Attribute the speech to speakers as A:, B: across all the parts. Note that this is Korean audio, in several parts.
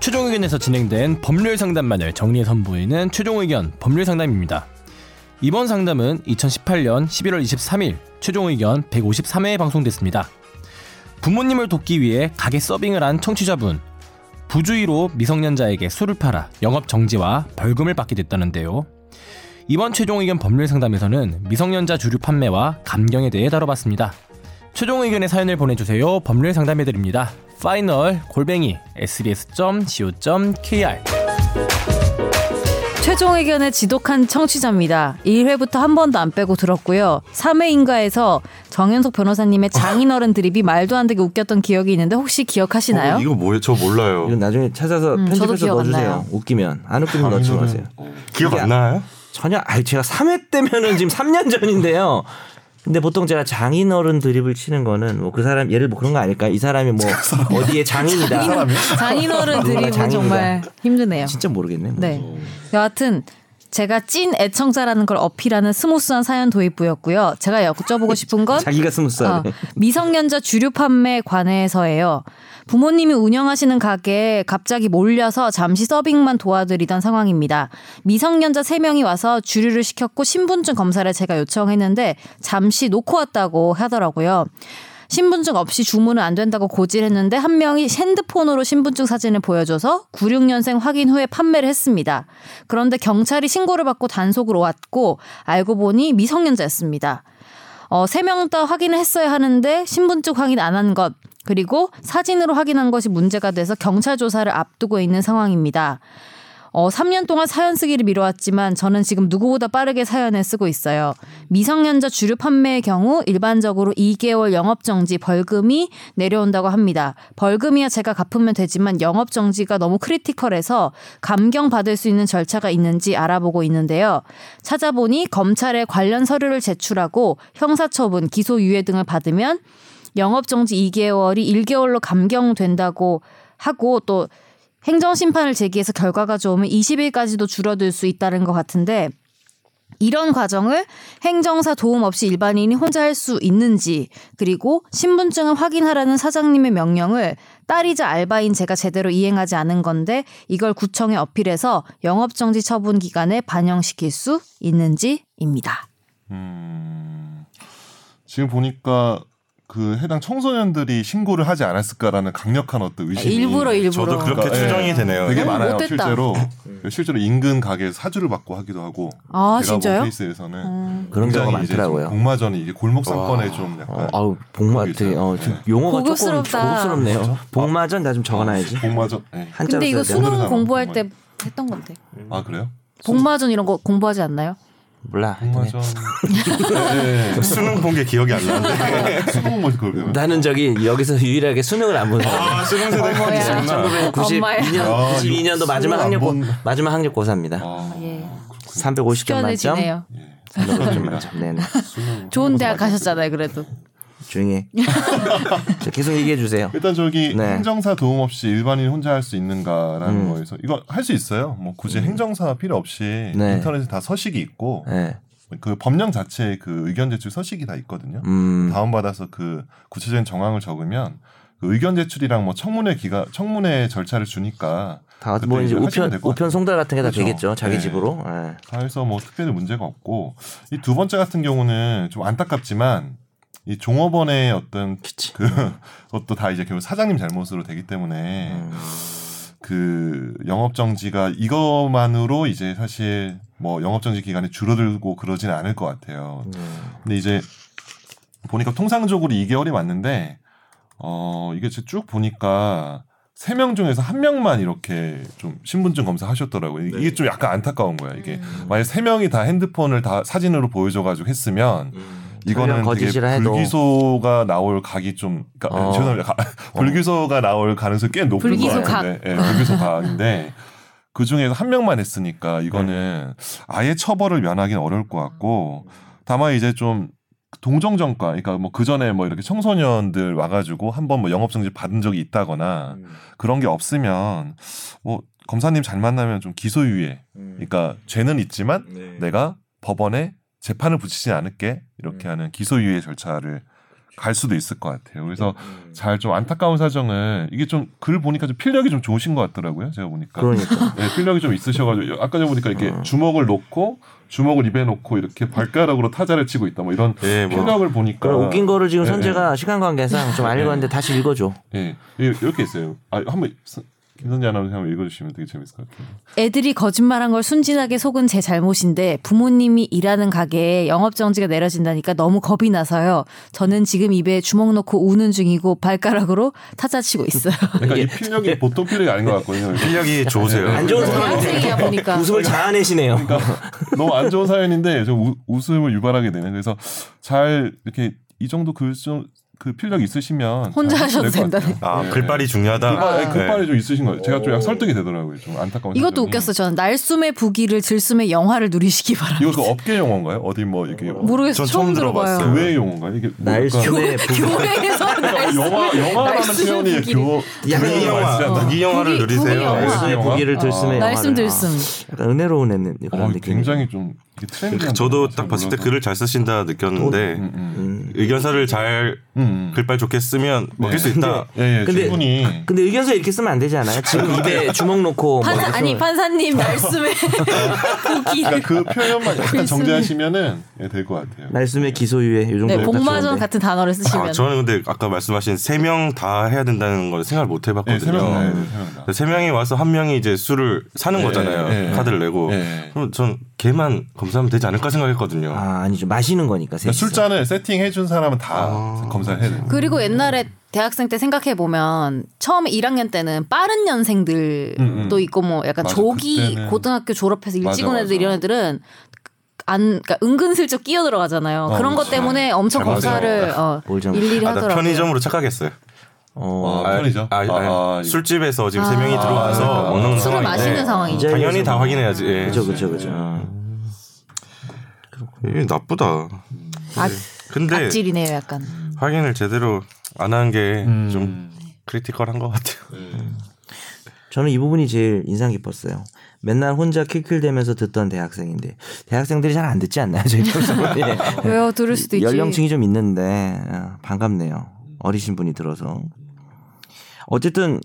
A: 청소년에서 진행된 법률 상담만을 정리해 선보이는 최종 의견 법률 상담입니다. 이번 상담은 2018년 11월 23일 최종 의견 153회에 방송됐습니다. 부모님을 돕기 위해 가게 서빙을 한 청취자분 부주의로 미성년자에게 술을 팔아 영업 정지와 벌금을 받게 됐다는데요. 이번 최종 의견 법률 상담에서는 미성년자 주류 판매와 감경에 대해 다뤄봤습니다. 최종 의견의 사연을 보내주세요. 법률 상담해드립니다. 파이널 골뱅이 sbs.co.kr
B: 최종 의견의 지독한 청취자입니다. 1회부터 한 번도 안 빼고 들었고요. 3회인가에서 정현석 변호사님의 장인어른 드립이 말도 안 되게 웃겼던 기억이 있는데 혹시 기억하시나요?
C: 어, 이거 뭐예요? 저 몰라요.
D: 이건 나중에 찾아서
B: 음, 저도
D: 편집해서
B: 기억 안
D: 넣어주세요.
B: 나요.
D: 웃기면 안 웃기면 넣지 마세요.
C: 기억
D: 이게-
C: 안 나요?
D: 전혀 아니 제가 3회 때면은 지금 3년 전인데요. 근데 보통 제가 장인어른 드립을 치는 거는 뭐 그 사람 얘를 뭐 그런 거 아닐까? 이 사람이 뭐
C: 그
D: 어디에
B: 그
D: 장인이다.
B: 장인어른 드립은
D: 장인이다.
B: 정말 힘드네요.
D: 진짜 모르겠네. 뭐.
B: 네. 여하튼 제가 찐 애청자라는 걸 어필하는 스무스한 사연 도입부였고요. 제가 여쭤보고 싶은 건
D: 자기가
B: 어,
D: 스무스하네.
B: 미성년자 주류 판매 관해서예요. 부모님이 운영하시는 가게에 갑자기 몰려서 잠시 서빙만 도와드리던 상황입니다. 미성년자 3명이 와서 주류를 시켰고 신분증 검사를 제가 요청했는데 잠시 놓고 왔다고 하더라고요. 신분증 없이 주문은 안 된다고 고질했는데 한 명이 핸드폰으로 신분증 사진을 보여줘서 96년생 확인 후에 판매를 했습니다. 그런데 경찰이 신고를 받고 단속으로 왔고 알고 보니 미성년자였습니다. 어, 세 명 다 확인을 했어야 하는데 신분증 확인 안 한 것, 그리고 사진으로 확인한 것이 문제가 돼서 경찰 조사를 앞두고 있는 상황입니다. 어, 3년 동안 사연 쓰기를 미뤄왔지만 저는 지금 누구보다 빠르게 사연을 쓰고 있어요. 미성년자 주류 판매의 경우 일반적으로 2개월 영업정지 벌금이 내려온다고 합니다. 벌금이야 제가 갚으면 되지만 영업정지가 너무 크리티컬해서 감경받을 수 있는 절차가 있는지 알아보고 있는데요. 찾아보니 검찰에 관련 서류를 제출하고 형사처분, 기소유예 등을 받으면 영업정지 2개월이 1개월로 감경된다고 하고 또 행정심판을 제기해서 결과가 좋으면 20일까지도 줄어들 수 있다는 것 같은데 이런 과정을 행정사 도움 없이 일반인이 혼자 할 수 있는지 그리고 신분증을 확인하라는 사장님의 명령을 딸이자 알바인 제가 제대로 이행하지 않은 건데 이걸 구청에 어필해서 영업정지 처분 기간에 반영시킬 수 있는지입니다.
C: 음, 지금 보니까 그 해당 청소년들이 신고를 하지 않았을까라는 강력한 어떤 의심이
B: 일부러 일부러
E: 저도 그렇게
C: 예.
E: 추정이 되네요.
C: 되게
B: 너무
C: 많아요.
B: 못됐다. 어.
C: 실제로 그러니까 실제로 인근 가게에서 사주를 받고 하기도 하고
B: 아
C: 제가
B: 진짜요?
C: 본 케이스에서는
B: 음.
D: 그런 경우가
C: 굉장히 이제 좀
D: 많더라고요.
C: 복마전이 이게 골목 상권에
E: 와.
C: 좀 약간
D: 어, 아우 복마트 어, 좀 용어가 조금
B: 고급스럽다.
D: 고급스럽네요.
C: 그렇죠?
D: 복마전 나 좀 적어놔야지.
C: 복마전. 예.
D: 한자로
B: 근데 이거
D: 써야 돼요.
C: 오늘은
B: 수능
C: 안
B: 공부할
C: 공부해.
B: 때 했던 건데
D: 음.
C: 아 그래요?
B: 복마전 이런 거 공부하지 않나요?
D: 몰라.
C: 복마전. 예, 예.
E: 수능 본 게 기억이 안 나는데.
C: 수능 뭐 그걸 배워요.
D: 나는 저기 여기서 유일하게 수능을 안 보는 사람.
E: 아, 수능 세대가
B: 어머야.
E: 있었나.
D: 네, 92년,
C: 예. 아,
D: 92년도 마지막
C: 수능 안
D: 학력 고,
C: 본-
D: 마지막 학력 고사입니다.
C: 아,
B: 예.
D: 350점 만점.
B: 시원해지네요.
D: 350점 만점. 네네.
C: 수능
B: 좋은
C: 한국에서
B: 대학
C: 많이
B: 가셨잖아요, 그래도.
D: 조용히. 해. 자, 계속 얘기해 주세요.
C: 일단 저기
D: 네. 음.
C: 행정사 도움 없이 일반인 혼자 할 수 있는가라는 거에서 이거 할 수 있어요. 뭐 굳이 행정사 필요 없이
D: 네.
C: 인터넷에 다 서식이 있고
D: 네.
C: 그 법령 자체에 그 의견 제출 서식이 다 있거든요.
D: 음.
C: 다운받아서 그 구체적인 정황을 적으면 그 의견 제출이랑 뭐 청문회 기가 청문회 절차를 주니까
D: 다,
C: 그때
D: 뭐, 이제
C: 이제 하시면
D: 우편,
C: 될것
D: 우편 송달 같은 게 다
C: 그렇죠.
D: 되겠죠. 자기
C: 네.
D: 집으로. 예.
C: 그래서 뭐 특별히 문제가 없고 이 두 번째 같은 경우는 좀 안타깝지만 이 종업원의 어떤 그 그것도 다 이제 결국 사장님 잘못으로 되기 때문에 그 영업 정지가 이것만으로 이제 사실 뭐 영업 정지 기간이 줄어들고 그러진 않을 것 같아요. 근데 이제 보니까 통상적으로 2개월이 맞는데 어 이게 제가 쭉 보니까 세 명 중에서 한 명만 이렇게 좀 신분증 검사 하셨더라고요. 이게 좀 약간 안타까운 거야. 이게 만약 세 명이 다 핸드폰을 다 사진으로 보여줘가지고 했으면 이거는
D: 음. 설령 거짓이라
C: 되게
D: 해도.
C: 불기소가 나올 각이 좀 그러니까
D: 어.
C: 죄송합니다. 가- 불기소가 나올 가능성이 꽤 높은
B: 불기소
C: 것 같은데 예, 불기소 각인데 그 중에서 한 명만 했으니까 이거는 아예 처벌을 면하기는 어려울 것 같고 다만 이제 좀 동정정과 그러니까 뭐 그전에 뭐 이렇게 청소년들 와가지고 한번 뭐 영업정지 받은 적이 있다거나
D: 음.
C: 그런 게 없으면 뭐 검사님 잘 만나면 좀 기소유예
D: 음.
C: 그러니까 죄는 있지만
D: 네.
C: 내가 법원에 재판을 붙이지 않을게 이렇게 하는 기소유예 절차를 갈 수도 있을 것 같아요. 그래서 잘 좀 안타까운 사정을 이게 좀 글 보니까 좀 필력이 좀 좋으신 것 같더라고요. 제가 보니까
D: 그러니까. 어.
C: 네, 필력이 좀 있으셔가지고 아까 전에 보니까 이렇게 주먹을 놓고 주먹을 입에 놓고 이렇게 발가락으로 타자를 치고 있다 뭐 이런
E: 예, 뭐.
C: 필력을 보니까 네.
D: 그럼 웃긴 거를 지금
C: 예,
D: 선재가 시간 관계상 좀 안 읽었는데 다시 읽어줘.
C: 예, 예, 이렇게 있어요. 아 한번 스- 김선재 아나운서 한번 읽어주시면 되게 재밌을 것 같아요.
B: 애들이 거짓말한 걸 순진하게 속은 제 잘못인데 부모님이 일하는 가게에 영업정지가 내려진다니까 너무 겁이 나서요. 저는 지금 입에 주먹 넣고 우는 중이고 발가락으로 타자치고 있어요.
C: 그러니까 이 필력이 보통 필력이 아닌 것 같거든요.
E: 실력이 좋으세요.
D: 안 좋은
B: 대학생이야 보니까.
D: 웃음을 자아내시네요.
C: 그러니까. 너무 안 좋은 사연인데 좀 우- 웃음을 유발하게 되는 그래서 잘 이렇게 이 정도 글좀그 필력 있으시면
B: 혼자
C: 잘
B: 하셔도
C: 될것 같아요.
B: 된다네.
E: 아,
C: 네,
E: 글발이 중요하다.
C: 글발, 네, 글발이
E: 네.
C: 좀 있으신 거예요. 제가 좀 약간 설득이 되더라고요. 좀 안타까운.
B: 이것도
C: 사정이.
B: 웃겼어. 저는 날숨의 부기를 들숨의 영화를 누리시기 바랍니다.
C: 이거 그 업계 용어인가요? 어디 뭐 이렇게
B: 모르겠어.
E: 전
B: 처음
E: 처음
B: 들어봐요.
E: 들어봤어요.
C: 교회 용어인가요? 이게 뭐 약간
D: 날숨의 부기.
B: 교회에서
C: 영화
B: 날숨의
C: 영화라는 표현이
B: 부기를.
C: 교회
D: 야,
E: 무기
D: 야,
E: 영화,
C: 야,
E: 무기 영화를
B: 무기, 무기
E: 누리세요.
B: 영화.
E: 네.
D: 날숨의
C: 영화?
D: 부기를 들숨의 영화.
B: 날숨 들숨.
D: 약간 은혜로운 애는 그런
C: 어,
D: 느낌.
C: 굉장히 좀 이게 트렌디한.
E: 그러니까 저도
C: 용어가
E: 딱 봤을 때
C: 몰라서.
E: 글을 잘 쓰신다 느꼈는데
C: 음, 음.
D: 음.
E: 의견서를 잘
C: 음, 음.
E: 글발 좋게 쓰면 먹힐 수 있다.
C: 예, 예,
D: 근데-
C: 충분히.
D: 근데 의견서 이렇게 쓰면 안 되지 않아요? 지금 입에 주먹 놓고 뭐
B: 판사 아니
D: 이렇게
B: 판사님 말씀에
C: 그러니까
B: 부기를.
C: 그 표현만 약간
B: 글쓰는-
C: 정제하시면은 예, 될것 같아요.
D: 날숨의 기소유예 요 정도.
B: 네, 복마전 같은 단어를 쓰시면
E: 아, 저는 근데 아까 말씀하신 세 명 다 해야 된다는 걸 생각을 못
C: 예,
E: 해봤거든요.
C: 세명 나요, 세명 다.
E: 세 명이 와서 한 명이 이제 술을 사는
C: 예,
E: 거잖아요.
C: 예, 예.
E: 카드를 내고.
C: 예.
E: 그럼 전 걔만 검사하면 되지 않을까 생각했거든요.
D: 아 아니죠 마시는 거니까
C: 그러니까
D: 셋이서.
C: 술잔을 세팅해 준 사람은 다
E: 아.
C: 검사를 해야 돼요.
B: 그리고 옛날에 대학생 때 생각해 보면 처음에 1학년 때는 빠른 년생들도
C: 음, 음.
B: 있고 뭐 약간
C: 맞아,
B: 조기
C: 그때는.
B: 고등학교 졸업해서 일찍
C: 맞아,
B: 온 애들
C: 맞아.
B: 이런 애들은 안 그러니까 은근슬쩍 끼어 들어가잖아요.
C: 어,
B: 그런 것
C: 그렇죠.
B: 때문에 엄청
E: 잘
B: 검사를 어,
D: 뭘 잘못-
B: 일일이
E: 아, 나
B: 하더라고요.
E: 편의점으로 착각했어요.
D: 어,
C: 아, 편의점?
E: 아, 아,
C: 아, 아,
E: 술집에서 지금
B: 아.
E: 세 명이 들어와서 네.
C: 아,
E: 먹는
B: 술을
E: 상황인데
B: 마시는 상황이죠.
D: 이제-
E: 당연히 다 확인해야지.
C: 네.
E: 예.
D: 그죠 그죠 그죠.
E: 이게 나쁘다.
B: 악,
E: 근데
B: 아, 악질이네요, 약간.
E: 확인을 제대로 안 한 게 좀 크리티컬한 것 같아요.
D: 저는 이 부분이 제일 인상 깊었어요. 맨날 혼자 킬킬대면서 듣던 대학생인데 대학생들이 잘 안 듣지 않나요 저희 방송을? 예.
B: 왜요? 들을 수도 있지.
D: 연령층이 좀 있는데 아, 반갑네요. 어리신 분이 들어서 어쨌든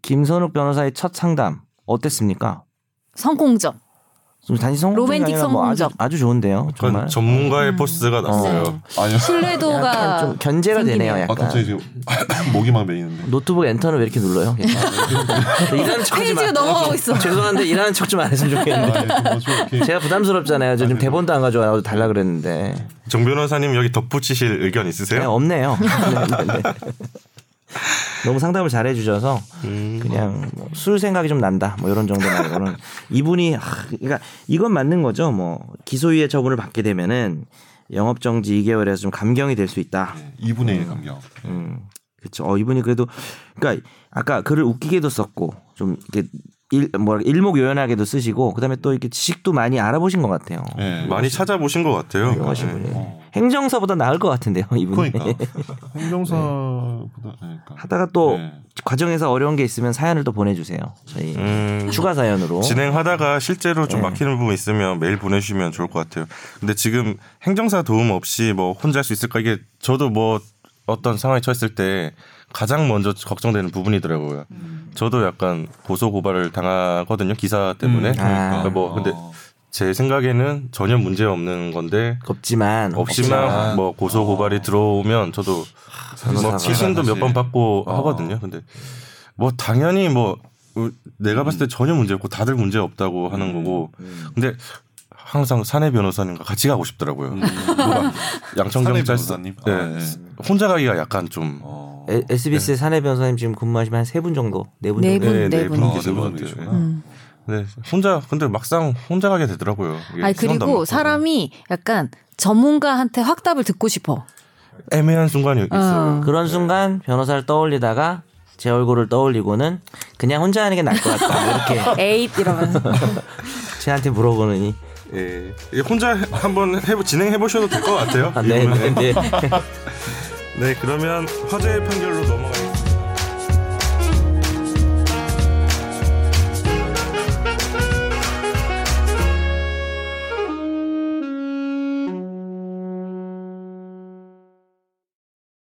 D: 김선욱 변호사의 첫 상담 어땠습니까?
B: 성공적.
D: 좀 단지 성공
B: 로맨틱
D: 뭐 아주,
B: 성공적.
D: 아주 좋은데요 정말
E: 그건 전문가의
B: 음.
E: 포스가 났어요.
C: 아니요.
B: 네. 신뢰도가
D: 약간 좀 견제가
B: 생기네요.
D: 되네요
C: 아,
D: 약간
C: 갑자기 지금 목이 막 메이는데.
D: 노트북 엔터는 왜 이렇게 눌러요? 일하는 척하지
B: 페이지가
D: 마.
B: 넘어가고 있어.
D: 죄송한데 일하는 척 좀 안 했으면
C: 아, 네.
D: 좋겠는데
C: 예, 좀뭐 좀 이렇게
D: 제가 부담스럽잖아요 저 지금 대본도 안 가져와서 달라 그랬는데
E: 정 변호사님 여기 덧붙이실 의견 있으세요?
D: 네, 없네요. 네, 네, 네. 너무 상담을 잘 해주셔서
C: 음.
D: 그냥 뭐술 생각이 좀 난다 뭐 이런 정도 말고는 이분이 아, 그러니까 이건 맞는 거죠. 뭐 기소유예 처분을 받게 되면은 영업 정지 2개월에서 좀 감경이 될 수 있다.
C: 2분의 1 감경.
D: 음. 그렇죠. 어, 이분이 그래도 그러니까 아까 글을 웃기게도 썼고 좀 이렇게 일, 뭐 일목요연하게도 쓰시고 그다음에 또 이렇게 지식도 많이 알아보신 것 같아요.
C: 예.
E: 많이 찾아보신 것 같아요.
D: 유명하신
E: 네.
D: 분이.
C: 어.
D: 행정사보다 나을 것 같은데요, 이분이.
C: 그러니까
E: 음.
C: 행정사보다 그러니까.
D: 하다가 또
C: 네.
D: 과정에서 어려운 게 있으면 사연을 또 보내주세요. 저희
E: 음,
D: 추가 사연으로.
E: 진행하다가 실제로 좀
D: 네.
E: 막히는 부분 있으면 메일 보내주시면 좋을 것 같아요. 근데 지금 행정사 도움 없이 뭐 혼자 할 수 있을까 이게 저도 뭐 어떤 상황에 처했을 때 가장 먼저 걱정되는 부분이더라고요. 저도 약간 고소 고발을 당하거든요 기사 때문에.
C: 음,
D: 아.
E: 그러니까 뭐 근데
C: 어.
E: 제 생각에는 전혀 문제 없는 건데
D: 없지만
E: 없지만
C: 없지만.
E: 뭐 고소 고발이 들어오면 저도 뭐
D: 변호사가
E: 피신도 몇 번
C: 사실.
E: 받고
C: 어.
E: 하거든요. 근데 뭐 당연히 뭐 우- 내가 봤을 때 전혀 문제 없고 다들 문제 없다고 하는 거고. 근데 항상 사내 변호사님과 같이 가고 싶더라고요. 뭐가
C: 사내
E: 양천경찰
C: 변호사님?
E: 예.
C: 아, 예.
E: 혼자 가기가 약간 좀
C: 어.
D: 에- SBS의 사내 변호사님 지금 근무하시면 한 세 분 정도, 네 분
B: 네
D: 정도.
B: 분.
E: 예, 네,
B: 분.
E: 분이 계신
C: 뭐,
E: 것 같아요. 예. 네, 혼자 근데 막상 혼자 가게 되더라고요. 이게
B: 아니
E: 시간도 안
B: 그리고
E: 맞고.
B: 사람이 약간 전문가한테 확답을 듣고 싶어.
E: 애매한 순간이 있어요.
D: 그런 순간 변호사를 떠올리다가 제 얼굴을 떠올리고는 그냥 혼자 하는 게 나을 것 같다. 이렇게
B: 에잇 이러면서.
D: 쟤한테 물어보느니.
E: 예. 이게 혼자 해- 한번 해보 진행해 보셔도 될 것 같아요.
D: 아, 네,
E: 이분은.
D: 네, 네.
E: 네, 그러면 화제의 판결로 넘어가.